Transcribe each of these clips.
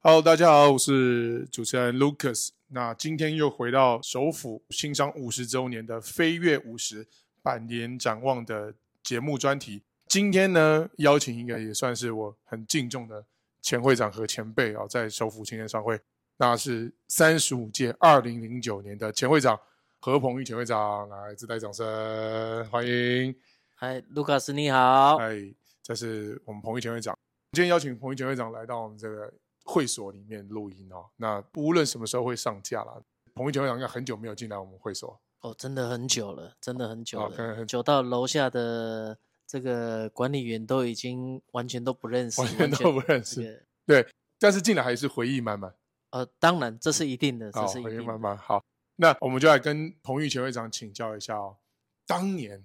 Hello，大家好，我是主持人 Lucas。那今天又回到首府新商五十周年的飞跃五十百年展望的节目专题。今天呢，邀请一个也算是我很敬重的前会长和前辈啊、哦，在首府青年商会，那是三十五届二零零九年的前会长何鹏玉前会长，来自带掌声欢迎。嗨，卢卡斯你好。嗨，这哎是我们彭玉前会长。今天邀请彭玉前会长来到我们这个会所里面录音哦。那无论什么时候会上架啦，彭玉前会长应该很久没有进来我们会 所。哦，真的很久了，真的很久哦了，看看久到楼下的这个管理员都已经完全都不认识，完全都不认识这个但是进来还是回忆满满，呃，当然这是一定的，这好，是一回忆定满的。满。好，那我们就来跟彭玉前会长请教一下哦，当年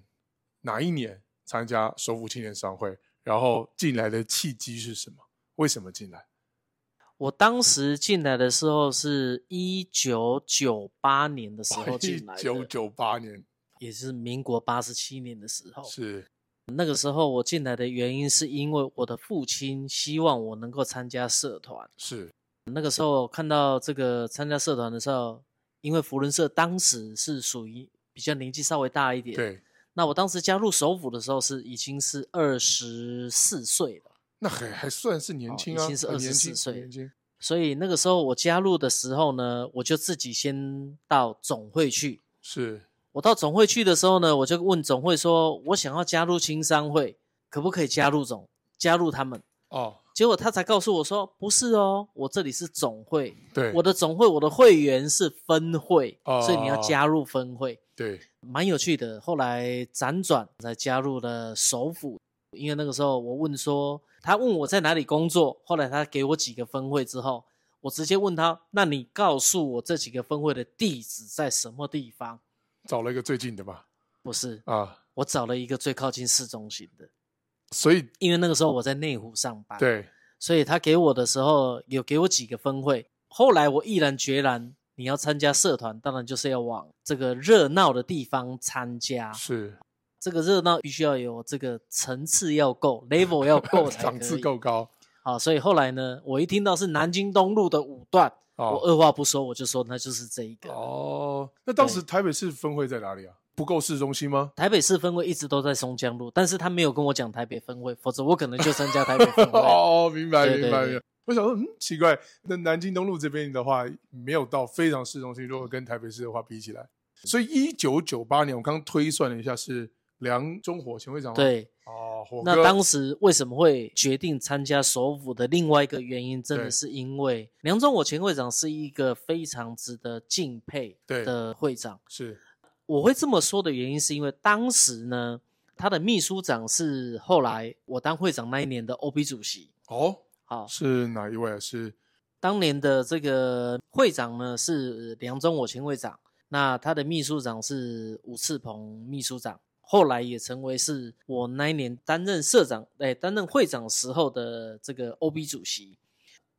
哪一年参加首府青年商会，然后进来的契机是什么？为什么进来？我当时进来的时候是一九九八年的时候进来的，九九八年也是民国八十七年的时候。是那个时候我进来的原因是因为我的父亲希望我能够参加社团。是那个时候看到这个参加社团的时候，因为福伦社当时是属于比较年纪稍微大一点，。对，那我当时加入首府的时候是已经是二十四岁了，那还还算是年哦轻已啊，经是很年24轻岁年轻所以那个时候我加入的时候呢，我就自己先到总会去。是我到总会去的时候呢，我就问总会说，我想要加入青商会，可不可以加入总加入他们？哦，结果他才告诉我说，不是哦，我这里是总会，对，我的总会，我的会员是分会，哦所以你要加入分会，对蛮有趣的。后来辗转才加入了首府，因为那个时候我问说，他问我在哪里工作，后来他给我几个分会之后，我直接问他，那你告诉我这几个分会的地址在什么地方？找了一个最近的嘛不是，啊，我找了一个最靠近市中心的，所以因为那个时候我在内湖上班，，对所以他给我的时候有给我几个分会，后来我毅然决然，你要参加社团，当然就是要往这个热闹的地方参加。是这个热闹必须要有这个层次要够，level 要 够才档可次以。够高好，所以后来呢，我一听到是南京东路的五段，我哦二话不说，我就说那就是这一个。哦。那当时台北市分会在哪里啊？不够市中心吗？台北市分会一直都在松江路，但是他没有跟我讲台北分会，否则我可能就参加台北分会。哦，明白对明白对明白。我想说，嗯，奇怪，那南京东路这边的话，没有到非常市中心，如果跟台北市的话比起来，所以一九九八年，我刚推算了一下，是梁中火前会长吗对，哦，火那哥当时为什么会决定参加首府的另外一个原因，真对的是因为梁中我前会长是一个非常值得敬佩对的会长。是我会这么说的原因，是因为当时呢，他的秘书长是后来我当会长那一年的 OB 主席。哦，好，是哪一位啊？是当年的这个会长呢是梁中我前会长，那他的秘书长是吴次鹏秘书长，后来也成为是我那一年担任社长，哎，担任会长时候的这个 OB 主席。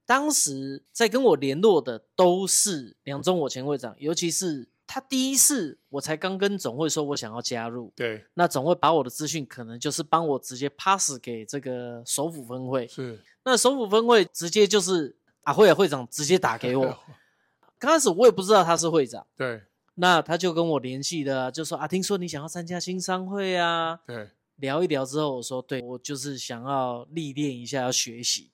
当时在跟我联络的都是梁中我前会长，尤其是他第一次我才刚跟总会说我想要加入，对，那总会把我的资讯可能就是帮我直接 pass 给这个首府分会，是那首府分会直接就是啊，会啊会长直接打给哎我。刚开始我也不知道他是会长， 对那他就跟我联系的，就说啊，听说你想要参加新商会啊，对聊一聊之后，我说对我就是想要历练一下，要学习。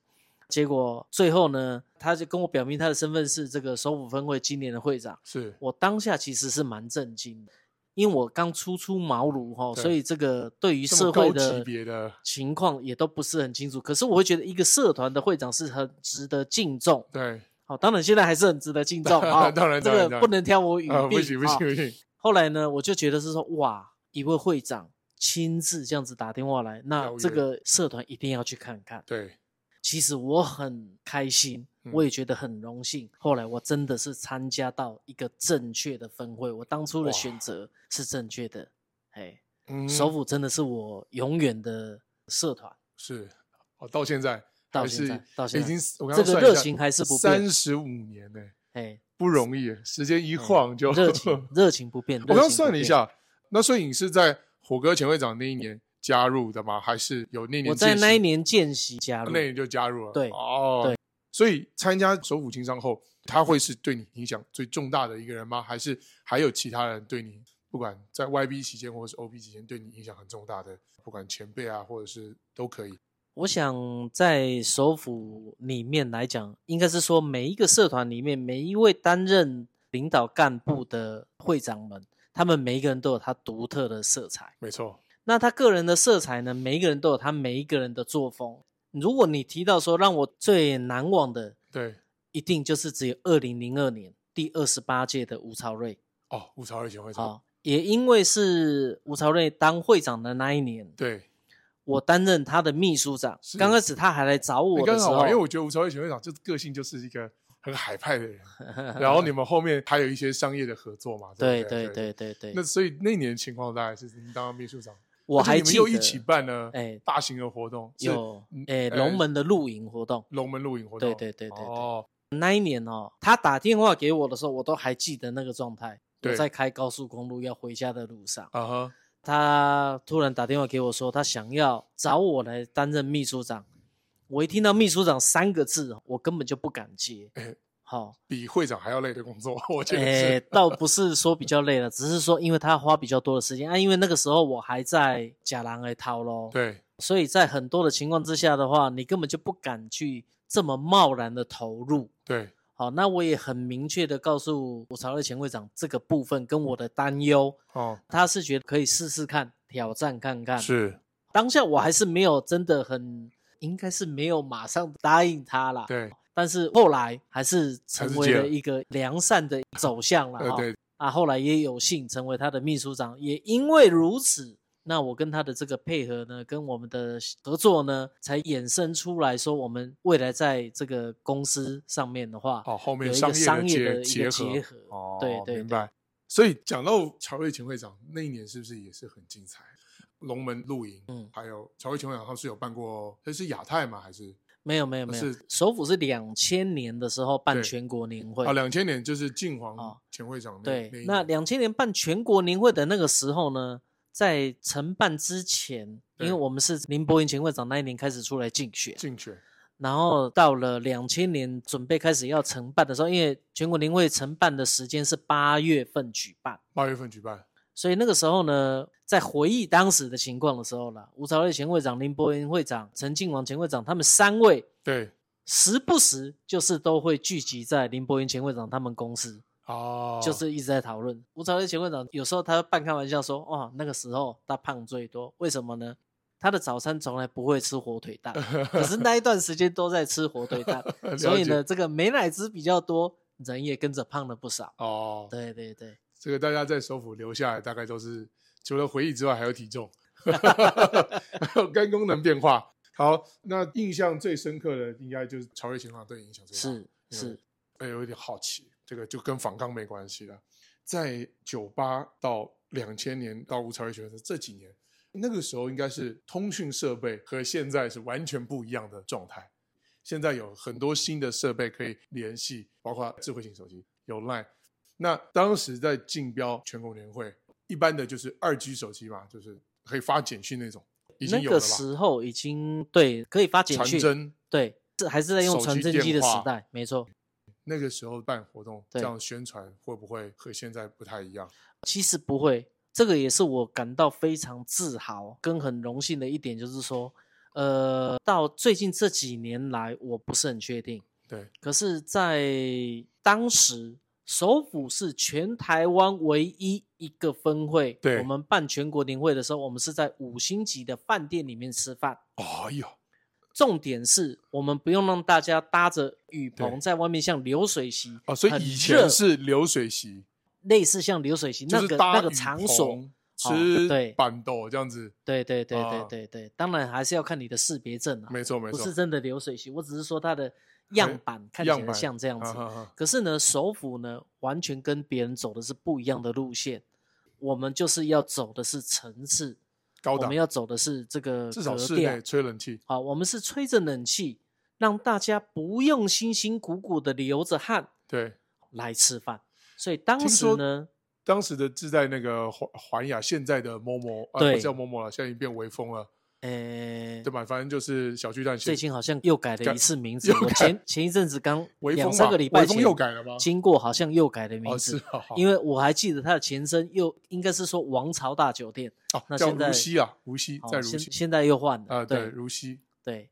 结果最后呢，他就跟我表明他的身份是这个首府分会今年的会长。是我当下其实是蛮震惊的，因为我刚初出茅庐哈，对所以这个对于这社么会高的级别的，情况也都不是很清楚。可是我会觉得一个社团的会长是很值得敬重。对，好、当然现在还是很值得敬 重啊、当然这当然个当然不能挑我语病、啊，不行不啊行不行，后来呢，我就觉得是说，哇，一位会长亲自这样子打电话来，邀那约这个社团一定要去看看。对，其实我很开心嗯，我也觉得很荣幸。后来我真的是参加到一个正确的分会，我当初的哇选择是正确的。哎，嗯，首府真的是我永远的社团，是，哦，到现在到还现是在到现已在经我刚刚这个算一热下情还是不变三十五年呢，哎，不容易，时间一晃 就嗯热情热情不变。我热刚情算不了一变，下，那所以你是在火哥前会长那一年加入的吗？还是有那年我在见那一习年见习加入那，年就加入了？对哦，对，所以参加首府经商后，他会是对你影响最重大的一个人吗？还是还有其他人对你，不管在 YB 期间或者是 OB 期间对你影响很重大的，不管前辈啊，或者是都可以。我想在首府里面来讲，应该是说每一个社团里面，每一位担任领导干部的会长们，他们每一个人都有他独特的色彩。没错，那他个人的色彩呢，每一个人都有他每一个人的作风。如果你提到说让我最难忘的，对，一定就是只有二零零二年第二十八届的吴朝瑞。哦，吴朝瑞前会长，好，也因为是吴朝瑞当会长的那一年，对，我担任他的秘书长嗯是。刚开始他还来找你我的刚时好候，玩，因为我觉得吴朝瑞前会长就是个性就是一个很海派的 人，然后你们后面还有一些商业的合作嘛，对不对对。对对对那，所以那年情况大概是您当秘书长，我而且还你们记又得一起办了哎大型的活动，是有嗯诶呃龙门的露营活动。龙门露营活动，对对对对对哦，那一年哦，他打电话给我的时候，我都还记得那个状态。对我在开高速公路要回家的路上，啊哈，他突然打电话给我说，他想要找我来担任秘书长。我一听到秘书长三个字，我根本就不敢 接哎。好、比会长还要累的工作，我觉得诶、是。倒不是说比较累了，只是说因为他花比较多的时间啊，因为那个时候我还在假狼来掏咯，对，所以在很多的情况之下的话，你根本就不敢去这么贸然的投入。对，好，那我也很明确的告诉我朝的前会长这个部分跟我的担忧，哦，他是觉得可以试试看，挑战看看。是，当下我还是没有真的很，应该是没有马上答应他啦。对，但是后来还还是是成接为了了一个良善的走向了呃，哈。对，啊，后来也有幸成为他的秘书长。也因为如此，那我跟他的这个配合呢，跟我们的合作呢，才衍生出来说，我们未来在这个公司上面的话，哦，后面有一商个商业业的的一结个结结合合，哦，对对明对白。所以讲到曹瑞前会长那一年，是不是也是很精彩？龙门露营，嗯还有曹瑞前会长他是有办过，这是亚太吗？还是没有没有没有是，首府是两千年的时候办对全国年会啊？，两千年就是晋皇哦前会长那对一，那年两千年办全国年会的那个时候呢，在承办之前，对因为我们是林伯云前会长那一年开始出来竞选，竞选，然后到了两千年准备开始要承办的时候，因为全国年会承办的时间是八月份举办，八月份举办，所以那个时候呢，在回忆当时的情况的时候呢，吴朝瑞前会长、林伯云会长、陈进王前会长他们三位。对，时不时就是都会聚集在林伯云前会长他们公司，哦，就是一直在讨论。吴朝瑞前会长有时候他半开玩笑说：“哇，那个时候他胖最多，为什么呢？他的早餐从来不会吃 火腿蛋，可是那一段时间都在吃火腿蛋，了所以解呢，这个美乃滋比较多，人也跟着胖了不少。哦，对对对，这个大家在首府留下来，大概都是除了回忆之外，还有体重， 还有肝功能变化。好，那印象最深刻的应该就是曹瑞琴长对你影响最大。是对是，哎，啊有一点好奇，这个就跟反抗没关系了。在九八到两千年到吴朝瑞学生这几年，那个时候应该是通讯设备和现在是完全不一样的状态。现在有很多新的设备可以联系，包括智慧型手机有 Line。那当时在竞标全国年会，一般的就是二 G 手机嘛，就是可以发简讯那种，已经那有了个吧？时候已经对可以发简传讯，真对，是还是在用手传机真电机的时话代，没错。那个时候办活动，这对样宣传会不会和现在不太一样？其实不会，这个也是我感到非常自豪跟很荣幸的一点，就是说，呃，到最近这几年来，我不是很确定，对，可是，在当时，首府是全台湾唯一一个分会，对我们办全国年会的时候，我们是在五星级的饭店里面吃饭。哎呦，重点是我们不用让大家搭着雨对棚在外面像流水席哦，所很以以热前是流水席，类似像流水席、就那是个搭那个雨场所，哦棚吃对板豆这样子，对对对啊对对对，当然还是要看你的识别证啊，没错没不错哎是，真的流水席，我只是说它的样板看起样来板像这样啊子。哈哈可是呢，首府呢完全跟别人走的是不一样的路线，我们就是要走的是层次，高我档们，要走的是这个至少格室调内吹冷气，好，我们是吹着冷气，让大家不用辛辛苦苦的流着汗对。来吃饭。所以当听时说呢，当时的自带那个环环雅，现在的某某啊，对不叫某某了，现在已经变微风了。诶对，吧？反正就是小巨蛋写最近好像又改了改一次名字又。我改前前一阵子刚微风两嘛三个礼拜微风前又改了吗？经过，好像又改了名哦，是字。啊，好因为我还记得它的前身又应该是说王朝大酒店，哦，那叫现在如溪啊，如溪哦在如现溪现在又换啊，了。对，对如溪对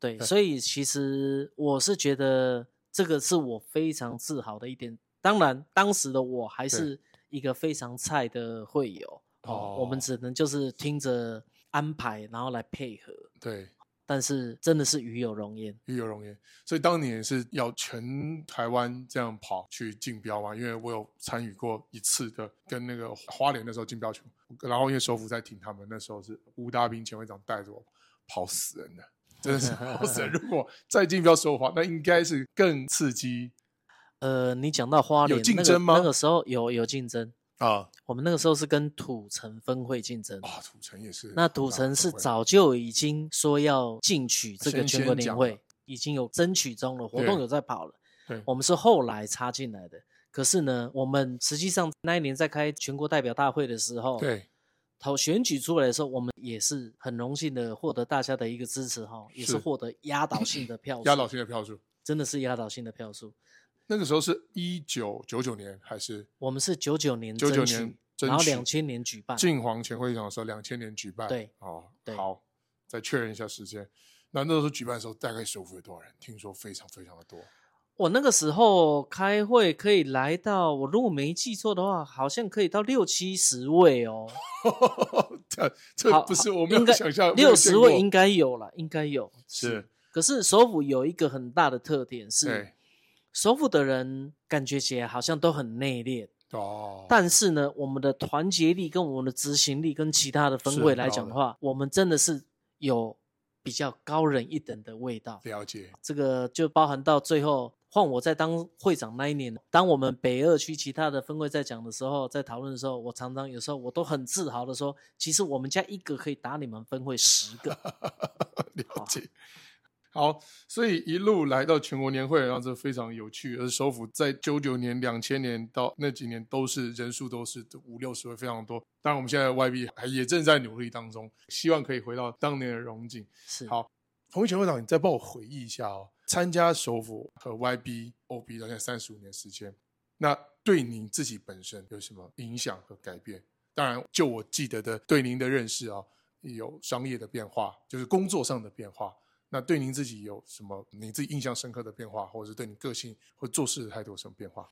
对，对所以其实我是觉得这个是我非常自豪的一点。当然，当时的我还是一个非常菜的会友哦，我哦们只能就是听着安排，然后来配合。对。但是真的是与有荣焉，与有荣焉，所以当年也是要全台湾这样跑去竞标嘛，因为我有参与过一次的跟那个花莲那时候竞标球，然后因为首府在挺他们，那时候是吴大兵前会长带着我跑死人的，真的是跑死 人。如果再竞标首府的话，那应该是更刺激呃，你讲到花有莲，竞那个争吗那个时候有有竞争，啊我们那个时候是跟土城分会竞争。啊！土城也是，那土城是早就已经说要进取这个先全国先联讲了会，已经有争取中了，活对动有在跑了。对我们是后来插进来的。可是呢，我们实际上那一年在开全国代表大会的时候，对投选举出来的时候，我们也是很荣幸的获得大家的一个支持哈，也是是获得压倒性的票数，压倒性的票数，真的是压倒性的票数。那个时候是一九九九年还是我们是九九年九九争取年？然争后取两千年举办，晋皇前会长的时候，两千年举办。对，哦，对好，再确认一下时间。那那时候举办的时候，大概首府有多少人？听说非常非常的多， 我那个时候开会可以来到，我如果没记错的话，好像可以到六七十位 哦，这这好不是好我没有应该想啊象没有六见十过位应该有了，应该有。是，可是首府有一个很大的特点是对，首府的人感觉起来好像都很内敛，哦，但是呢，我们的团结力跟我们的执行力跟其他的分是会很来高讲的的话，我们真的是有比较高人一等的味道。了解。这个就包含到最后换我在当会长那一年，当我们北二区其他的分会在讲的时候，在讨论的时候，我常常有时候我都很自豪的说，其实我们家一个可以打你们分会十个了解。好，所以一路来到全国年会，然后这非常有趣。而首府在九九年、两千年到那几年都是人数都是五六十位，非常多。当然，我们现在的 YB 还也正在努力当中，希望可以回到当年的荣景。是，好彭玉全会长，你再帮我回忆一下哦，参加首府和 YB、OB 到现在三十五年时间，那对您自己本身有什么影响和改变？当然，就我记得的对您的认识啊、有商业的变化，就是工作上的变化。那对您自己有什么你自己印象深刻的变化，或者是对你个性或做事的态度有什么变化？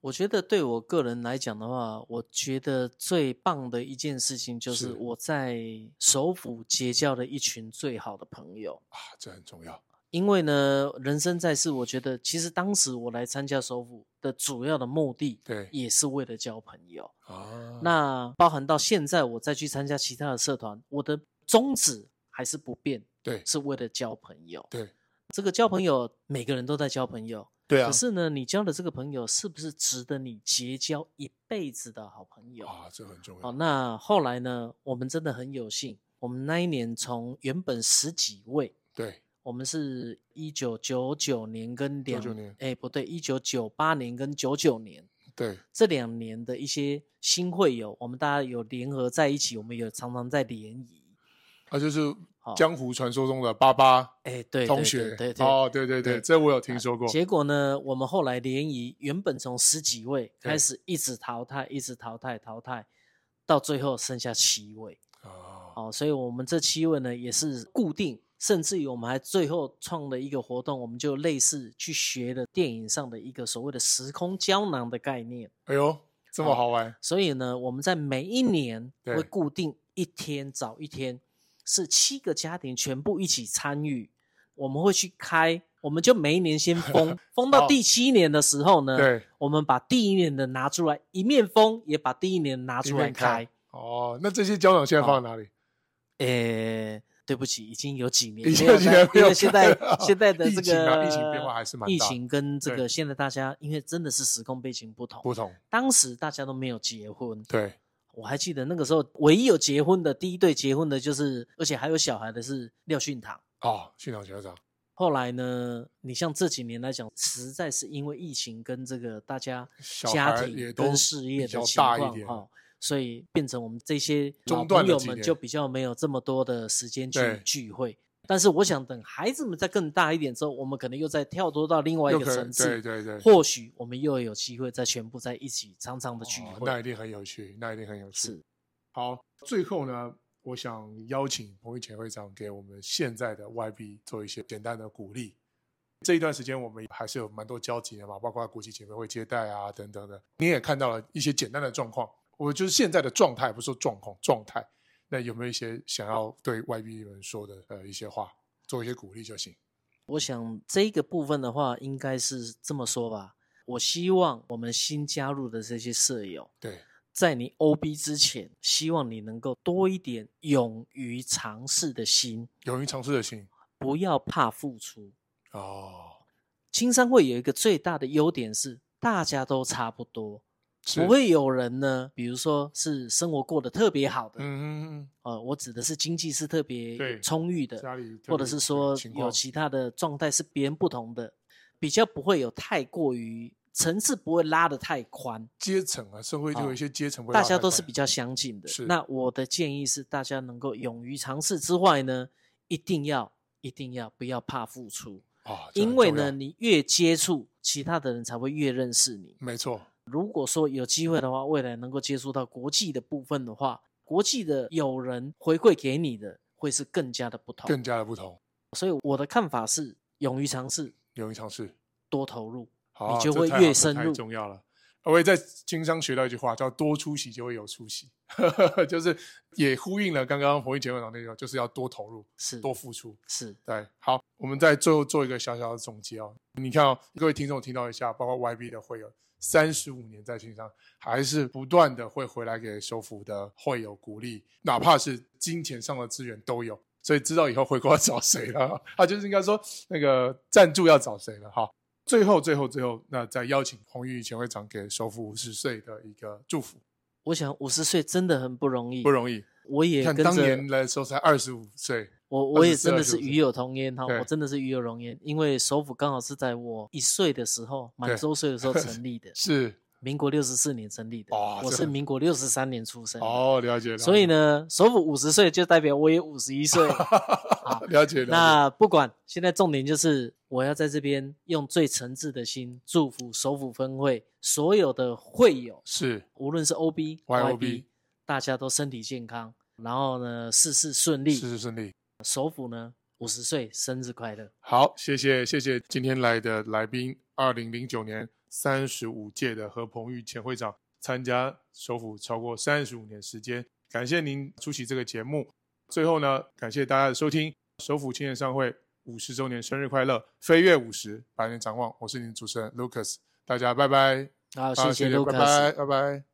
我觉得对我个人来讲的话，我觉得最棒的一件事情就是是我在首府结交了一群最好的朋友。啊，这很重要。因为呢，人生在世，我觉得其实当时我来参加首府的主要的目的，对也是为了交朋友。啊，那包含到现在，我再去参加其他的社团，我的宗旨还是不变，对是为了交朋友。对这个交朋友，每个人都在交朋友，对啊可啊是呢，你交的这个朋友是不是值得你结交一辈子的好朋友？啊，这很重要。哦，那后来呢，我们真的很有幸，我们那一年从原本十几位，对我们是一九九九年跟两99年哎不对，一九九八年跟九九年，对这两年的一些新会友，我们大家有联合在一起，我们有常常在联谊。那啊就是好江湖传说中的八八哎，对，同对学，对对对。哦，对对对，对啊这我有听说过。结果呢，我们后来联谊，原本从十几位对开始一直淘汰，一直淘汰，淘汰，到最后剩下七位。哦，哦，所以我们这七位呢也是固定，甚至于我们还最后创了一个活动，我们就类似去学了电影上的一个所谓的时空胶囊的概念。哎呦，这么好好玩，所以呢，我们在每一年对会固定一天早一天，是七个家庭全部一起参与，我们会去开，我们就每一年先 封，封哦到第七年的时候呢，对，我们把第一年的拿出来，一面封，也把第一年拿里出面来开。。哦，那这些胶囊现在放在哪啊里？诶，对不起，已经有几年已经没有几年了没因有为现开在了现在的疫这情啊个疫情变化还是蛮大疫情跟这对个现在大家因为真的是时空背景不同，不同，当时大家都没有结婚，对，我还记得那个时候，唯一有结婚的第一对结婚的，就是而且还有小孩的是廖训堂。哦，训导学长，后来呢，你像这几年来讲，实在是因为疫情跟这个大家小家孩庭也跟都事业比的较情大一况哦点哈，所以变成我们这些老中断朋了友几们年就比较没有这么多的时间去对聚会。但是我想等孩子们再更大一点之后，我们可能又再跳脱到另外一又个可层对次，对对，或许我们又有机会再全部在一起常常的聚哦会。那一定很有趣，那一定很有趣。是，好，最后呢，我想邀请彭玉前会长给我们现在的 YB 做一些简单的鼓励。这一段时间我们还是有蛮多交集的嘛，包括国际姐妹会接待啊等等的。你也看到了一些简单的状况，我就是现在的状态，不是说状况状态。那有没有一些想要对 YB 们说的呃一些话，做一些鼓励就行？我想这个部分的话，应该是这么说吧。我希望我们新加入的这些舍友，对，在你 OB 之前，希望你能够多一点勇于尝试的心，勇于尝试的心不要怕付出。哦，青商会有一个最大的优点是，大家都差不多，是不会有人呢，比如说是生活过得特别好的，嗯，嗯呃，我指的是经济是特别对充裕嗯的，家里特别或者是说情况有其他的状态是别人不同的，比较不会有太过于层次不会拉得太宽，阶层啊，社会就有一些阶层会哦大拉家开都来是比较相近的是。那我的建议是，大家能够勇于尝试之外呢，一定要一定要不要怕付出，啊，这很因为重要呢，你越接触其他的人才会越认识你。没错，如果说有机会的话，未来能够接触到国际的部分的话，国际的友人回馈给你的会是更加的不同。更加的不同，所以我的看法是，勇于尝试，勇于尝试，多投入。好啊，你就这会太好越这深太入重要了。我也在经商学到一句话，叫“多出席就会有出息”， 就是也呼应了刚刚彭玉杰会长那个，就是要多投入、是多付出。是，对，好，我们在最后做一个小小的总结哦。你看哦，各位听众听到一下，包括 YB 的会友，三十五年在线上，还是不断的会回来给收服的会友鼓励，哪怕是金钱上的资源都有。所以知道以后回国要找谁了，哦他就是应该说那个赞助要找谁了哈。最后，最后，最后，那再邀请红玉前会长给收服五十岁的一个祝福，我想五十岁真的很不容易，不容易。我也看跟当着年来的时候才二十五岁，我，我也24真的25是与有同烟哈，对我真的是与有容焉，因为首府刚好是在我一岁的时候，满对周 岁的时候成立的，是民国六十四年成立的，哦我这是很民国六十三年出生的，哦，了解了解。所以呢，首府五十岁就代表我也五十一岁了。好了解了解。那不管，现在重点就是我要在这边用最诚挚的心祝福首府分会所有的会友，是无论是 OB、 YOB 大家都身体健康，然后呢，事事顺利。事事顺利。首府呢，五十岁生日快乐！好，谢谢谢谢今天来的来宾，二零零九年三十五届的何鹏玉前会长参加首府超过三十五年时间，感谢您出席这个节目。最后呢，感谢大家的收听，首府青年商会五十周年生日快乐，飞跃五十，百年展望。我是您主持人 Lucas，大家拜拜，啊，啊谢谢卢拜卡拜，斯。拜拜。